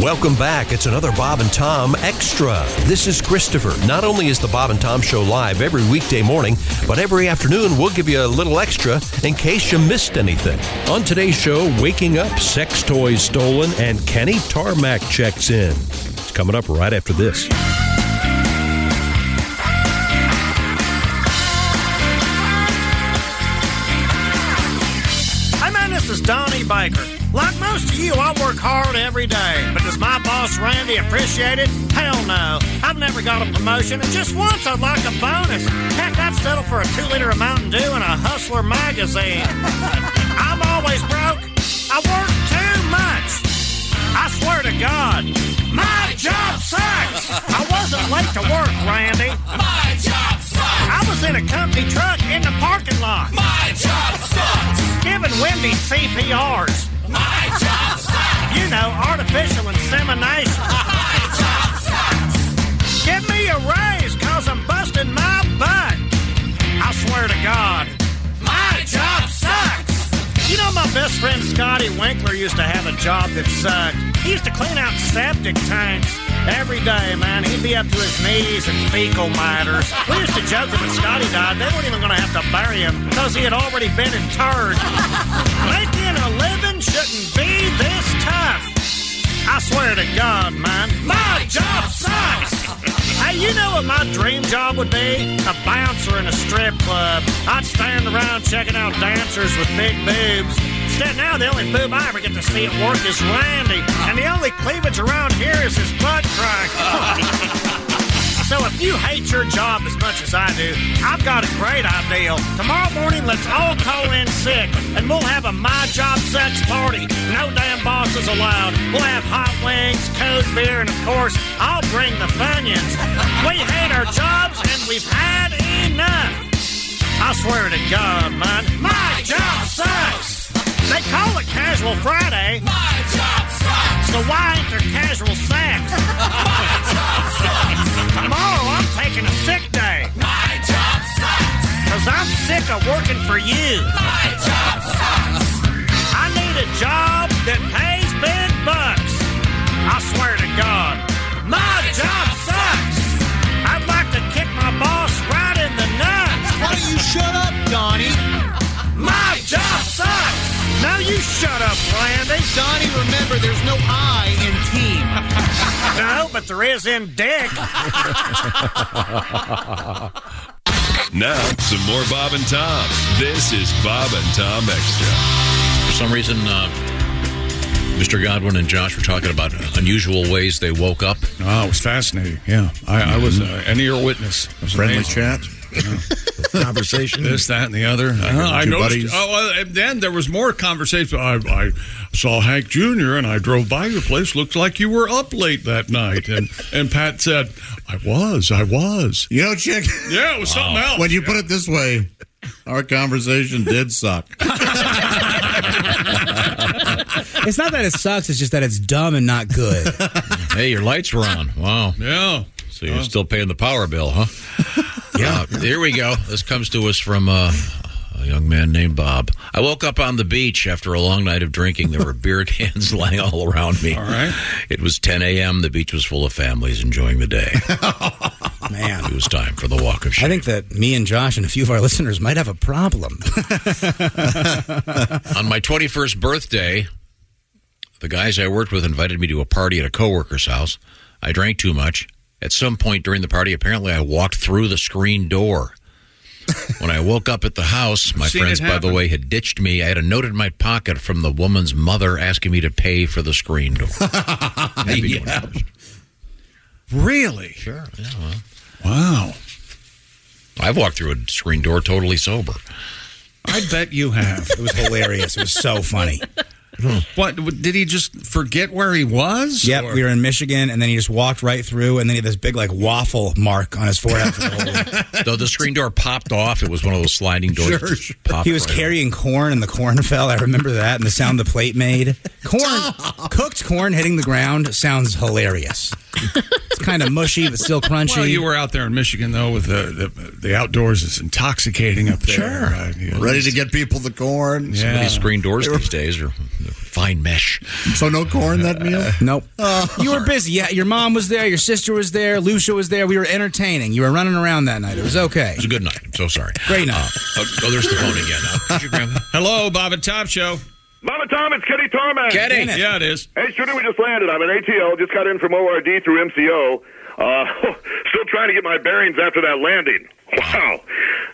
Welcome back. It's another Bob and Tom Extra. This is Christopher. Not only is the Bob and Tom Show live every weekday morning, but every afternoon we'll give you a little extra in case you missed anything. On today's show, waking up, sex toys stolen, and Kenny Tarmac checks in. It's coming up right after this. Hey man, this is Donnie Baker. Like most of you, I work hard every day. But does my boss Randy appreciate it? Hell no. I've never got a promotion, and just once I'd like a bonus. Heck, I'd settle for a two liter of Mountain Dew and a Hustler magazine. I'm always broke. I work too much. I swear to God, my job sucks. I wasn't late to work, Randy. My job sucks. I was in a company truck in the parking lot, My job sucks. giving Wendy CPRs. My job sucks. You know, artificial insemination. My job sucks. Give me a raise, cause I'm busting my butt. I swear to God, my job sucks. You know, my best friend Scotty Winkler used to have a job that sucked. He used to clean out septic tanks. Every day, man, he'd be up to his knees in fecal matters. We used to joke that when Scotty died, they weren't even going to have to bury him because he had already been interred. Making a living shouldn't be this tough. I swear to God, man, my job sucks. hey, you know what my dream job would be? A bouncer in a strip club. I'd stand around checking out dancers with big boobs. Instead, now the only boob I ever get to see at work is Randy, and the only cleavage around here is his butt crack. So if you hate your job as much as I do, I've got a great idea. Tomorrow morning, let's all call in sick, and we'll have a my job sex party. No damn bosses allowed. We'll have hot wings, cold beer, and of course, I'll bring the funyuns. We hate our jobs, and we've had enough. I swear to God, man, my job sucks. They call it Casual Friday, My job sucks. so why ain't there casual sex? My job sucks. Tomorrow, I'm taking a sick day. My job sucks. Cause I'm sick of working for you. My job sucks. I need a job that pays big bucks. I swear to God, my job sucks. I'd like to kick my boss right in the nuts. Why don't you shut up, Donnie? My job sucks. Now you shut up, Randy. Donnie, remember, there's no I in team. No, but there is in dick. Now, some more Bob and Tom. This is Bob and Tom Extra. For some reason, uh, Mr. Godwin and Josh were talking about unusual ways they woke up. Oh, it was fascinating. Yeah, I, I was uh, an ear witness. It was Friendly amazing. chat, conversation. This, that, and the other. Uh, I two noticed. buddies. Oh, well, and then there was more conversation. I, I saw Hank Jr. and I drove by your place. Looked like you were up late that night. And and Pat said, "I was, I was." You know, chick. Yeah, it was something else. When you put it this way, our conversation did suck. It's not that it sucks, it's just that it's dumb and not good. Hey, your lights were on. Wow. yeah. Uh-huh. So you're still paying the power bill, huh? Uh, yeah. here we go. This comes to us from uh, a young man named Bob. I woke up on the beach after a long night of drinking. There were beer cans lying all around me. All right. It was 10 a.m. The beach was full of families enjoying the day. Man. it was time for the walk I of shame. think that me and Josh and a few of our listeners might have a problem. on my 21st birthday, the guys I worked with invited me to a party at a coworker's house. I drank too much. At some point during the party, apparently I walked through the screen door. when I woke up at the house, my Seen it friends, by the happen. way, had ditched me. I had a note in my pocket from the woman's mother asking me to pay for the screen door. Happy doing it. Really? Sure. Yeah, well, Wow. I've walked through a screen door totally sober. I bet you have. It was hilarious. It was so funny. what did he just forget where he was? Yep, Or- we were in Michigan, and then he just walked right through, and then he had this big like waffle mark on his forehead. For the whole week. Though the screen door popped off, it was one of those sliding doors. that just popped he was right off. carrying corn, and the corn fell. I remember that, and the sound the plate made. Corn, cooked corn hitting the ground sounds hilarious. It's kind of mushy, but still crunchy. Well, you were out there in Michigan though, with the the, the outdoors is intoxicating up there. Uh, Sure, Ready to get people the corn. Yeah. These screen doors these days are fine mesh. So no corn that meal? nope. you were busy. Yeah, your mom was there. Your sister was there. Lucia was there. We were entertaining. You were running around that night. It was okay. It was a good night. I'm so sorry. Great night. Uh, oh, there's the phone again. Uh, could you grab that? Hello, Bob and Tom Show. Mama Tom, it's Kenny Torman. Kenny. Yeah, it is. Hey, shooter, we just landed. I'm at ATL. Just got in from ORD through MCO. Uh, still trying to get my bearings after that landing. Wow.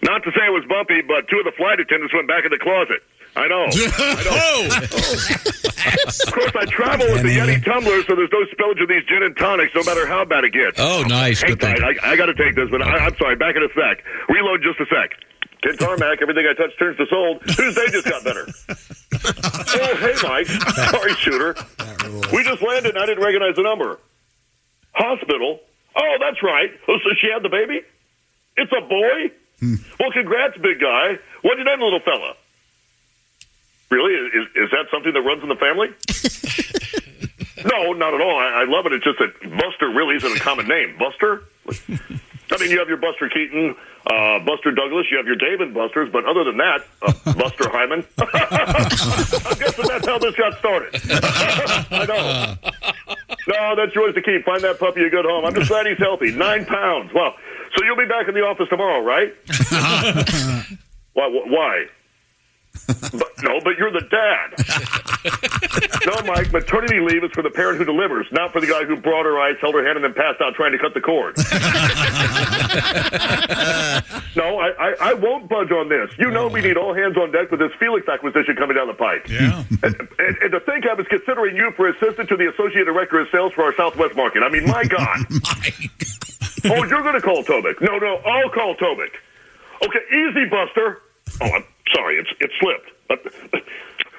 Not to say it was bumpy, but two of the flight attendants went back in the closet. I know. I know. Of course, I travel with the Yeti tumbler, so there's no spillage of these gin and tonics, no matter how bad it gets. Oh, nice. Hang Good thing. tight. I, I got to take this, but I, I'm sorry. Back in a sec. Reload just a sec. Ken Tarmac, everything I touch turns to gold. Tuesday just got better. oh, hey, Mike. Sorry, shooter. We just landed and I didn't recognize the number. Hospital? Oh, that's right. Oh, so she had the baby? It's a boy? Well, congrats, big guy. What'd you name the little fella? Really? Is, is that something that runs in the family? no, not at all. I, I love it. It's just that Buster really isn't a common name. Buster? I mean, you have your Buster Keaton, uh, Buster Douglas, you have your David Busters, but other than that, uh, Buster Hyman. I'm guessing that's how this got started. I know. No, that's yours to keep. Find that puppy a good home. I'm just glad he's healthy. Nine pounds. Wow. So you'll be back in the office tomorrow, right? why? Why? but, no, but you're the dad. no, Mike, maternity leave is for the parent who delivers, not for the guy who brought her eyes, held her hand, and then passed out trying to cut the cord. no, I, I, I won't budge on this. You know we need all hands on deck with this Felix acquisition coming down the pike. Yeah. And, and, and to think I was considering you for assistant to the associate director of sales for our Southwest market. I mean, my God. oh, you're going to call Tobic. No, no, I'll call Tobic. Okay, easy, Buster. Oh, I'm sorry. It's it slipped. Uh,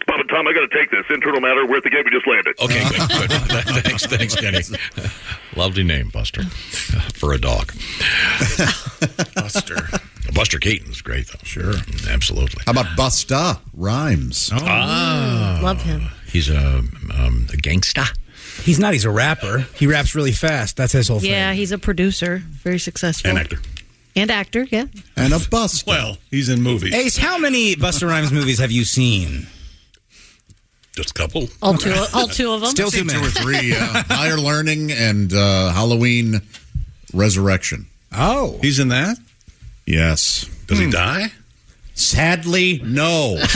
Bob and Tom, I got to take this. Internal matter. We're at the gate. We just landed. Okay, good, good. thanks, thanks, Kenny. Lovely name, Buster, for a dog. Buster. Buster Keaton's great, though. Sure. Absolutely. How about Busta Rhymes? Oh. Uh-huh. Uh, Love him. He's a, um, a gangsta. He's not. He's a rapper. He raps really fast. That's his whole thing. Yeah, he's a producer, very successful, and actor. Yeah, And a Busta. Well, he's in movies. Ace, how many Buster Rhymes movies have you seen? Just a couple. all two, all two of them. Still too Two many. or three. Uh, higher Learning and uh, Halloween Resurrection. Oh, He's in that? Yes. Hmm. Does he die? Sadly, no. does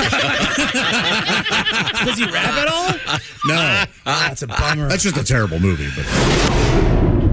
he rap at all? No. That's a bummer. That's just a terrible movie. But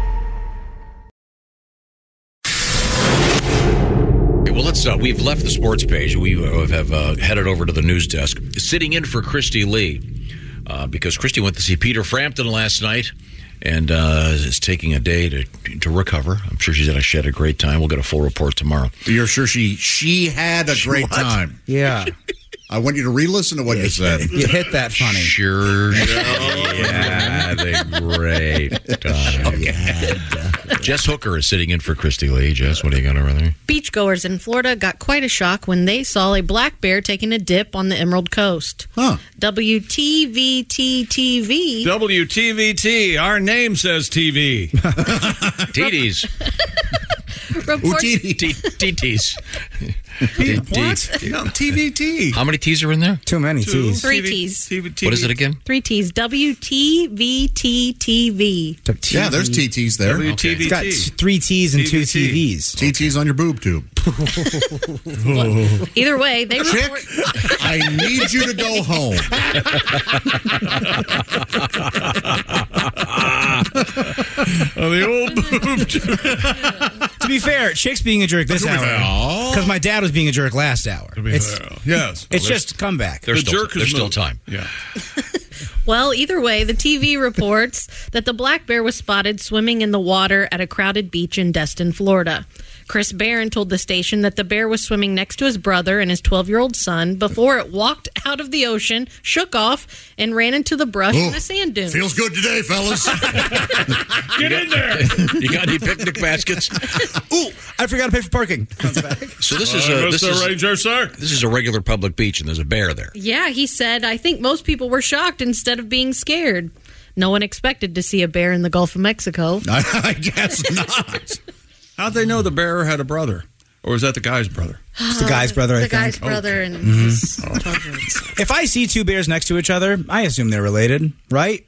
Okay, well, let's. Uh, we've left the sports page. We uh, have uh, headed over to the news desk. Sitting in for Christy Lee uh, because Christy went to see Peter Frampton last night and uh, is taking a day to to recover. I'm sure she's had a, she had a great time. We'll get a full report tomorrow. you're sure she she had a great time. yeah, I want you to re-listen to what you said. you hit that funny. Sure. Oh, yeah, had a great time. Jess Hooker is sitting in for Christy Lee. Jess, what do you got over there? Beachgoers in Florida got quite a shock when they saw a black bear taking a dip on the Emerald Coast. Huh. WTVTTV. WTVT. Our name says TV. TDs. Reports, TTs. No, TVT. How many T's are in there? Too many Two. T's. three T's. What is it again? Three T's. WTVTTV. Yeah, there's TTs there. It's got t- three T's and two TVs. TTs on your boob tube. Either way, they Chick, report. I need you to go home. the old boob to be fair, Chick's being a jerk this To be fair. hour because my dad was being a jerk last hour. It's, Yes. it's just comeback. There's still, jerk is there's still moved. time. Yeah. Well, either way, the TV reports that the black bear was spotted swimming in the water at a crowded beach in Destin, Florida. Chris Barron told the station that the bear was swimming next to his brother and his 12 year old son before it walked out of the ocean, shook off, and ran into the brush and the sand dunes. Feels good today, fellas. Get in there. You got any picnic baskets? Ooh, I forgot to pay for parking. So this is Uh, a this Mr. is, Ranger, sir. this is a regular public beach, and there's a bear there. Yeah, he said, I think most people were shocked instead of being scared. No one expected to see a bear in the Gulf of Mexico. I, I guess not. How'd they know the bearer had a brother? Or was that the guy's brother? It's the guy's brother, I Um, the think. Oh, guy's Mm-hmm. brother and his 12 year old If I see two bears next to each other, I assume they're related, right?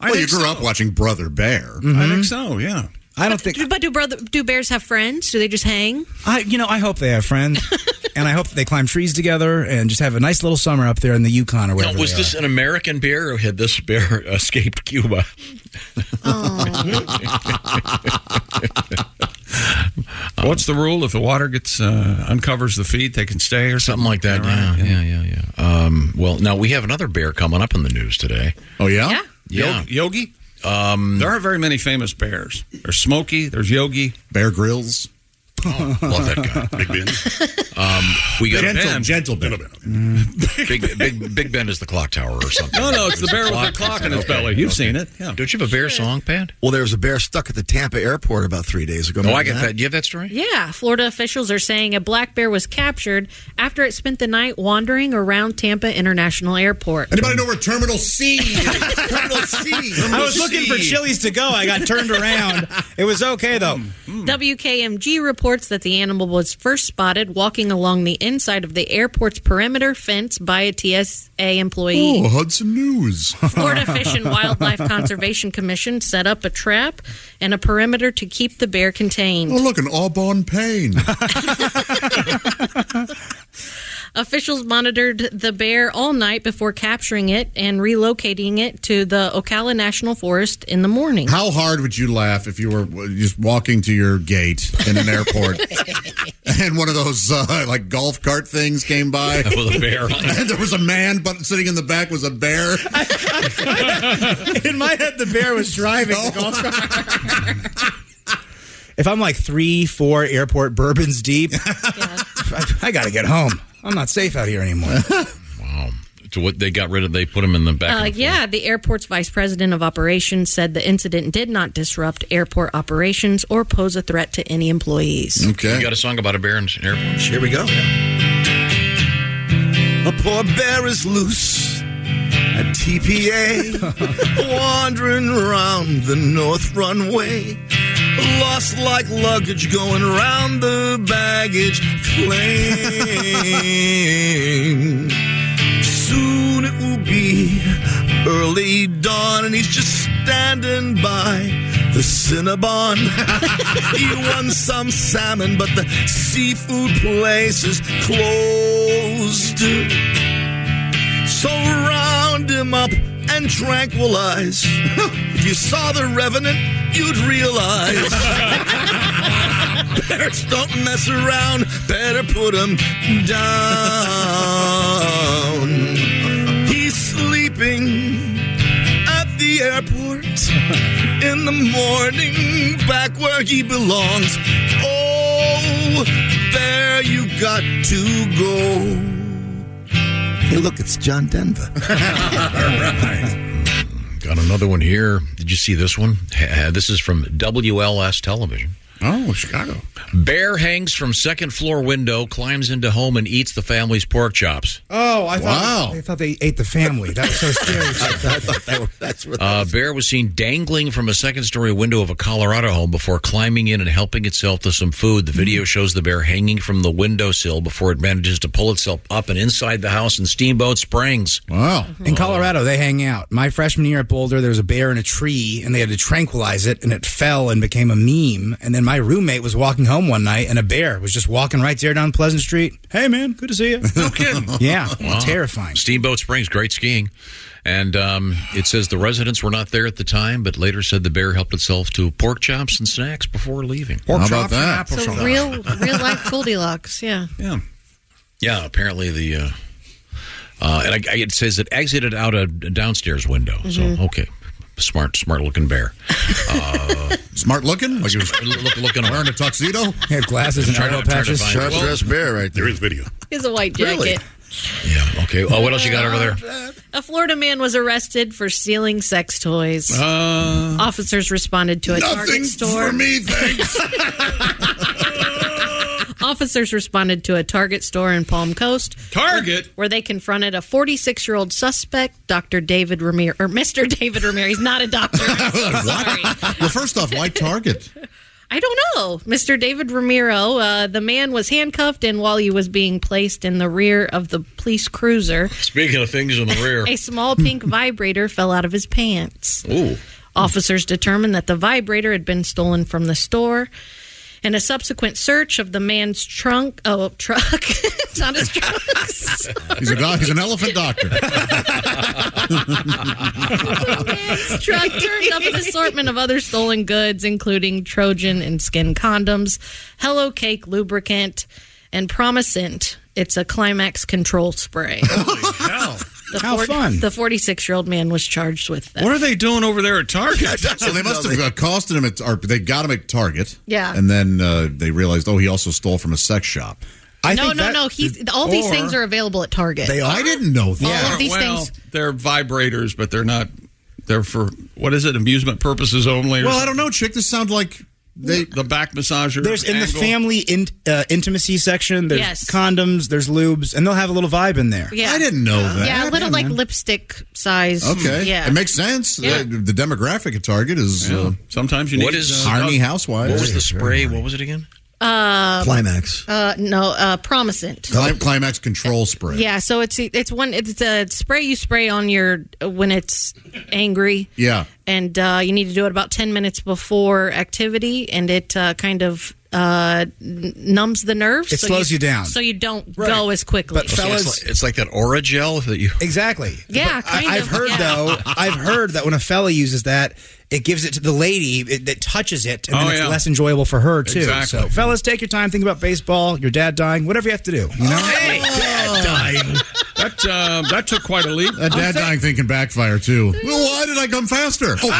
I well, you think grew so. up watching Brother Bear. Mm-hmm. I think so, yeah. I don't think. Do- But do brother do bears have friends? Do they just hang? I, you know, I hope they have friends, and I hope they climb trees together and just have a nice little summer up there in the Yukon or Now, wherever. was they this are. an American bear, or had this bear escaped Cuba? What's the rule? If the water gets uh, uncovers the feet, they can stay or something, Something like that. Yeah, yeah, yeah, yeah. Um, well, now we have another bear coming up in the news today. Oh, yeah? Yeah. Yeah, Yogi? there aren't very many famous bears. There's Smokey, there's Yogi. Bear Grylls. love that guy. Um, Big Ben. We got Gentle, Ben. gentle bear. big, big, big Ben is the clock tower or something. No, no, it's the bear with the clock in his belly. You've seen it. Yeah. Don't you have a bear song, Pat? Well, there was a bear stuck at the Tampa airport about three days ago. No, I Remember got that. Do you have that story? Yeah, Florida officials are saying a black bear was captured after it spent the night wandering around Tampa International Airport. Anybody know where Terminal C is? Terminal C. I was looking for chilies to go. I got turned around. It was okay though. WKMG reports that the animal was first spotted walking along the inside of the airport's perimeter fence by a TSA employee. Oh, Hudson News. Florida Fish and Wildlife Conservation Commission set up a trap and a perimeter to keep the bear contained. Oh, look, an Auburn Pain. Officials monitored the bear all night before capturing it and relocating it to the Ocala National Forest in the morning. How hard would you laugh if you were just walking to your gate in an airport and one of those uh, like golf cart things came by? With a bear on it. And there was a man, but sitting in the back was a bear. In my head, the bear was driving the golf cart. If I'm like three, four airport bourbons deep, I, I got to get home. I'm not safe out here anymore. Wow. So what they got rid of, they put him in the back. Uh, of the yeah, the airport's vice president of operations said the incident did not disrupt airport operations or pose a threat to any employees. Okay. You got a song about a bear in an airport? Here we go. A poor bear is loose at TPA, wandering around the north runway, lost like luggage going round the baggage claim. Soon it will be early dawn, and he's just standing by the Cinnabon. he won some salmon, but the seafood place is closed. So round him up and tranquilize. if you saw the revenant, you'd realize. Bears don't mess around, better put him down. He's sleeping at the airport in the morning, back where he belongs. Oh, there you got to go. Hey, look, it's John Denver. Got Got another one here. Did you see this one? Uh, This is from WLS Television. Oh, Chicago. Bear hangs from second floor window, climbs into home, and eats the family's pork chops. Oh, I Wow. thought I thought they ate the family. That was so scary. oh. that's what Uh, bear was seen dangling from a second story window of a Colorado home before climbing in and helping itself to some food. The video Mm-hmm. shows the bear hanging from the windowsill before it manages to pull itself up and inside the house in Steamboat Springs. Wow. In Colorado, they hang out. My freshman year at Boulder, there was a bear in a tree, and they had to tranquilize it, and it fell and became a meme. And then my roommate was walking home one night, and a bear was just walking right there down Pleasant Street. Hey, man, good to see you. No kidding. yeah, terrifying. Steamboat Springs, great skiing. And um, it says the residents were not there at the time, but later said the bear helped itself to pork chops and snacks before leaving. Pork How about chops and that? apple So real, real life Goldilocks. Yeah. Yeah. Yeah, apparently the. Uh, uh, and I, I, it says it exited out a downstairs window. Mhm. Mm-hmm. So, okay. Smart, smart looking bear. Uh, smart looking? Like he was look, looking Wearing a tuxedo? He had glasses and trying eyebrow to, trying to patches. find Sharp it. dressed bear right there. There is video. He's a white jacket. Really? Yeah. Okay. Oh, what else you got over there? A Florida man was arrested for stealing sex toys. Officers responded to a Target store. thanks. Officers responded to a Target store in Palm Coast. Target? Where they confronted a 46 year old suspect, Dr. David Ramirez, or Mr. David Ramirez. He's not a doctor. well, first off, why Target? I don't know. Mr. David Ramiro, uh, the man was handcuffed, and while he was being placed in the rear of the police cruiser, Speaking of things in the rear. a small pink vibrator fell out of his pants. Ooh. Officers determined that the vibrator had been stolen from the store. In a subsequent search of the man's trunk, oh, truck, it's not his trunk. He's a doc, he's an elephant doctor. man's truck turned up an assortment of other stolen goods, including Trojan and skin condoms, Hello Cake lubricant, and Promacent. It's a climax control spray. The How fun. The 46 year old man was charged with that. What are they doing over there at Target? so they must have uh, costed him at, or they got him at Target. Yeah. And then uh, they realized, oh, he also stole from a sex shop. no, no, no. He's, all these or- things are available at Target. They are? I didn't know that. All of these well, things. they're vibrators, but they're not. They're for what is it? Amusement purposes only. Or Well, I don't know, chick. This sounds like they the back massager. There's in the angle. family in, uh, intimacy section. There's Yes. condoms. There's lubes, and they'll have a little vibe in there. Yeah. Yeah, a little like lipstick size. Okay. Yeah. It makes sense. Yeah. The, the demographic at Target is. Uh, Sometimes you Uh-huh. What need, is uh, Army housewives. What was the Very, spray? What was it again? Uh, Climax. Uh, no, uh, Promacent. Clim- climax control spray. Yeah, so it's it's one it's a spray you spray on your when it's angry, Yeah. and uh, you need to do it about ten minutes before activity, and it uh, kind of uh, n- numbs the nerves. It slows you down. so you don't go as quickly. But fellas- It's like that aura gel that you. Exactly. yeah, But I- kind I've of, heard yeah. though. I've heard that when a fella uses that, it gives it to the lady it, that touches it, and Oh, then yeah. it's less enjoyable for her too. Exactly. So, fellas, take your time. Think about baseball, your dad dying, whatever you have to do. You know. That uh, that took quite a leap. That dad dying thing can backfire too. Well, why did I come faster? Oh,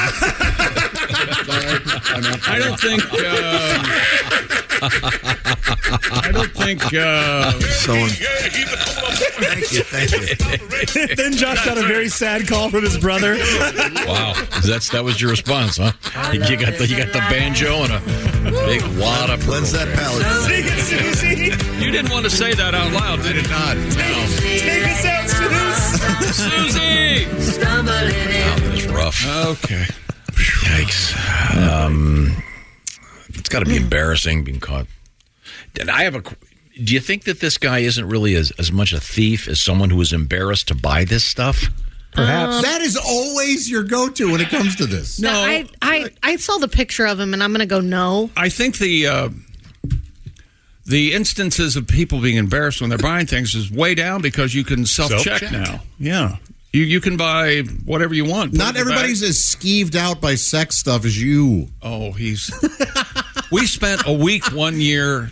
I don't think. Uh, I don't think. Uh, Thank you, thank you. then Josh got a very sad call from his brother. Wow, that's that was your response, huh? You got the, you got the banjo and a big wad of cleanse that you didn't want to say that out loud, did it not? Take us out, Susie! It Oh, was rough. Okay. Yikes. Um, it's got to be embarrassing being caught. And I have a. qu- Do you think that this guy isn't really as, as much a thief as someone who is embarrassed to buy this stuff? Um, Perhaps. that is always your go-to when it comes to this. No, I, I I saw the picture of him, and I'm gonna go no. I think the uh, the instances of people being embarrassed when they're buying things is way down because you can self check Self-check. now. Yeah. You you can buy whatever you want. Put Not it in the bag. everybody's as skeeved out by sex stuff as you. Oh, he's. we spent a week one year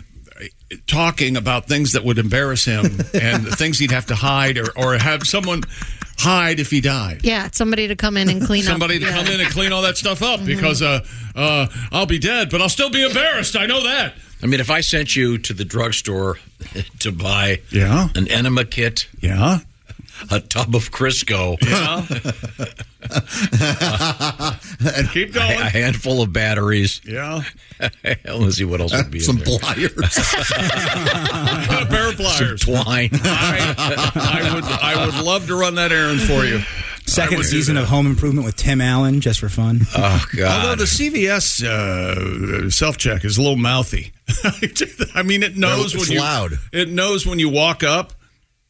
talking about things that would embarrass him and things he'd have to hide or, or have someone hide if he died. Yeah, somebody to come in and clean Somebody up. to Yeah. come in and clean all that stuff up because uh, uh, I'll be dead, but I'll still be embarrassed. I know that. I mean, if I sent you to the drugstore to buy yeah. an enema kit, yeah, a tub of Crisco, Yeah. Keep going. A, handful of batteries. Yeah. Let's see what else would be Some in there. pliers. a pair of Some pliers. twine. I, I would I would love to run that errand for you. I Second would do season of Home Improvement with Tim Allen, just for fun. Oh Although the CVS uh, self check is a little mouthy. I mean, it knows It's when you, loud. It knows when you walk up.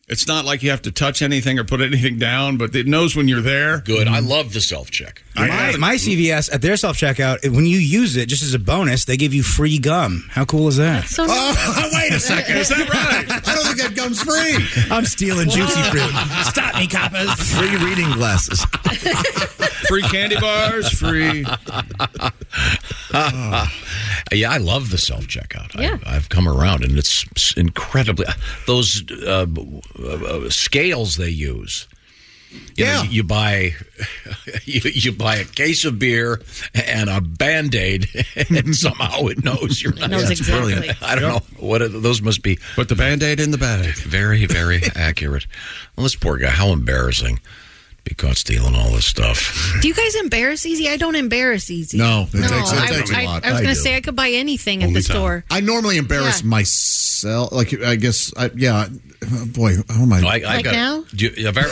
It's not like you have to touch anything or put anything down, but it knows when you're there. Good. I love the self check. my, my CVS at their self checkout, when you use it, just as a bonus, they give you free gum. How cool is that? So Oh, wait a second. Is that right? I don't think that gum's free. I'm stealing juicy fruit. Stop me, coppers. Free reading glasses. free candy bars, free. yeah, I love the self checkout. Yeah. I, I've come around, and it's incredibly those uh, uh, scales they use. You yeah, you buy you, you buy a case of beer and a band aid, and somehow it knows you're not. knows That's exactly. brilliant. I don't know what it- those must be. Put the band aid in the bag. Very, very accurate. Well, this poor guy. How embarrassing! Be caught stealing all this stuff. Do you guys embarrass easy? I don't embarrass easy. No, it no. takes- it I, takes a I- lot. I was I going to do. say I could buy anything at the store. I normally embarrass Yeah. myself. Like I guess, I, yeah. oh, Boy, oh my! No, I, I Like got, now? Do you- have I,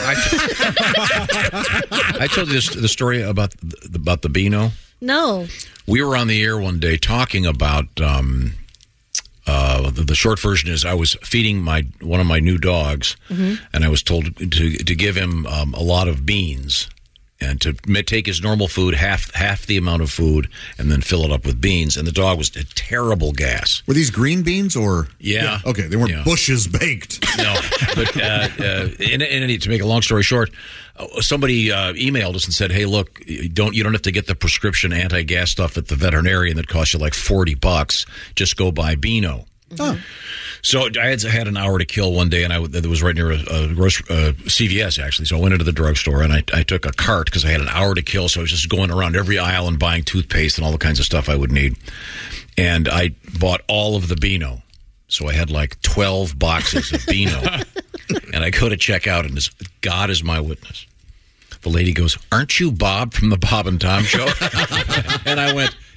I- I told you this, the story about the, about the Beano. No. We were on the air one day talking about um, uh, the, the short version is I was feeding my one of my new dogs, Mhm. and I was told to to give him um, a lot of beans and to ma- take his normal food half half the amount of food and then fill it up with beans. And the dog was a terrible gas. Were these green beans or? Yeah. Okay, they weren't Yeah. bushes baked. No, but uh, uh, in, in any, to make a long story short, uh, somebody uh, emailed us and said, "Hey, look, you don't you don't have to get the prescription anti-gas stuff at the veterinarian that costs you like forty bucks. Just go buy Beano." Oh. So I had, I had an hour to kill one day, and I w- that was right near a, a grocery, uh, CVS actually. So I went into the drugstore and I, I took a cart because I had an hour to kill. So I was just going around every aisle and buying toothpaste and all the kinds of stuff I would need. And I bought all of the Beano, so I had like twelve boxes of Beano. and I go to check out, and this, God is my witness. The lady goes, "Aren't you Bob from the Bob and Tom Show?" and I went,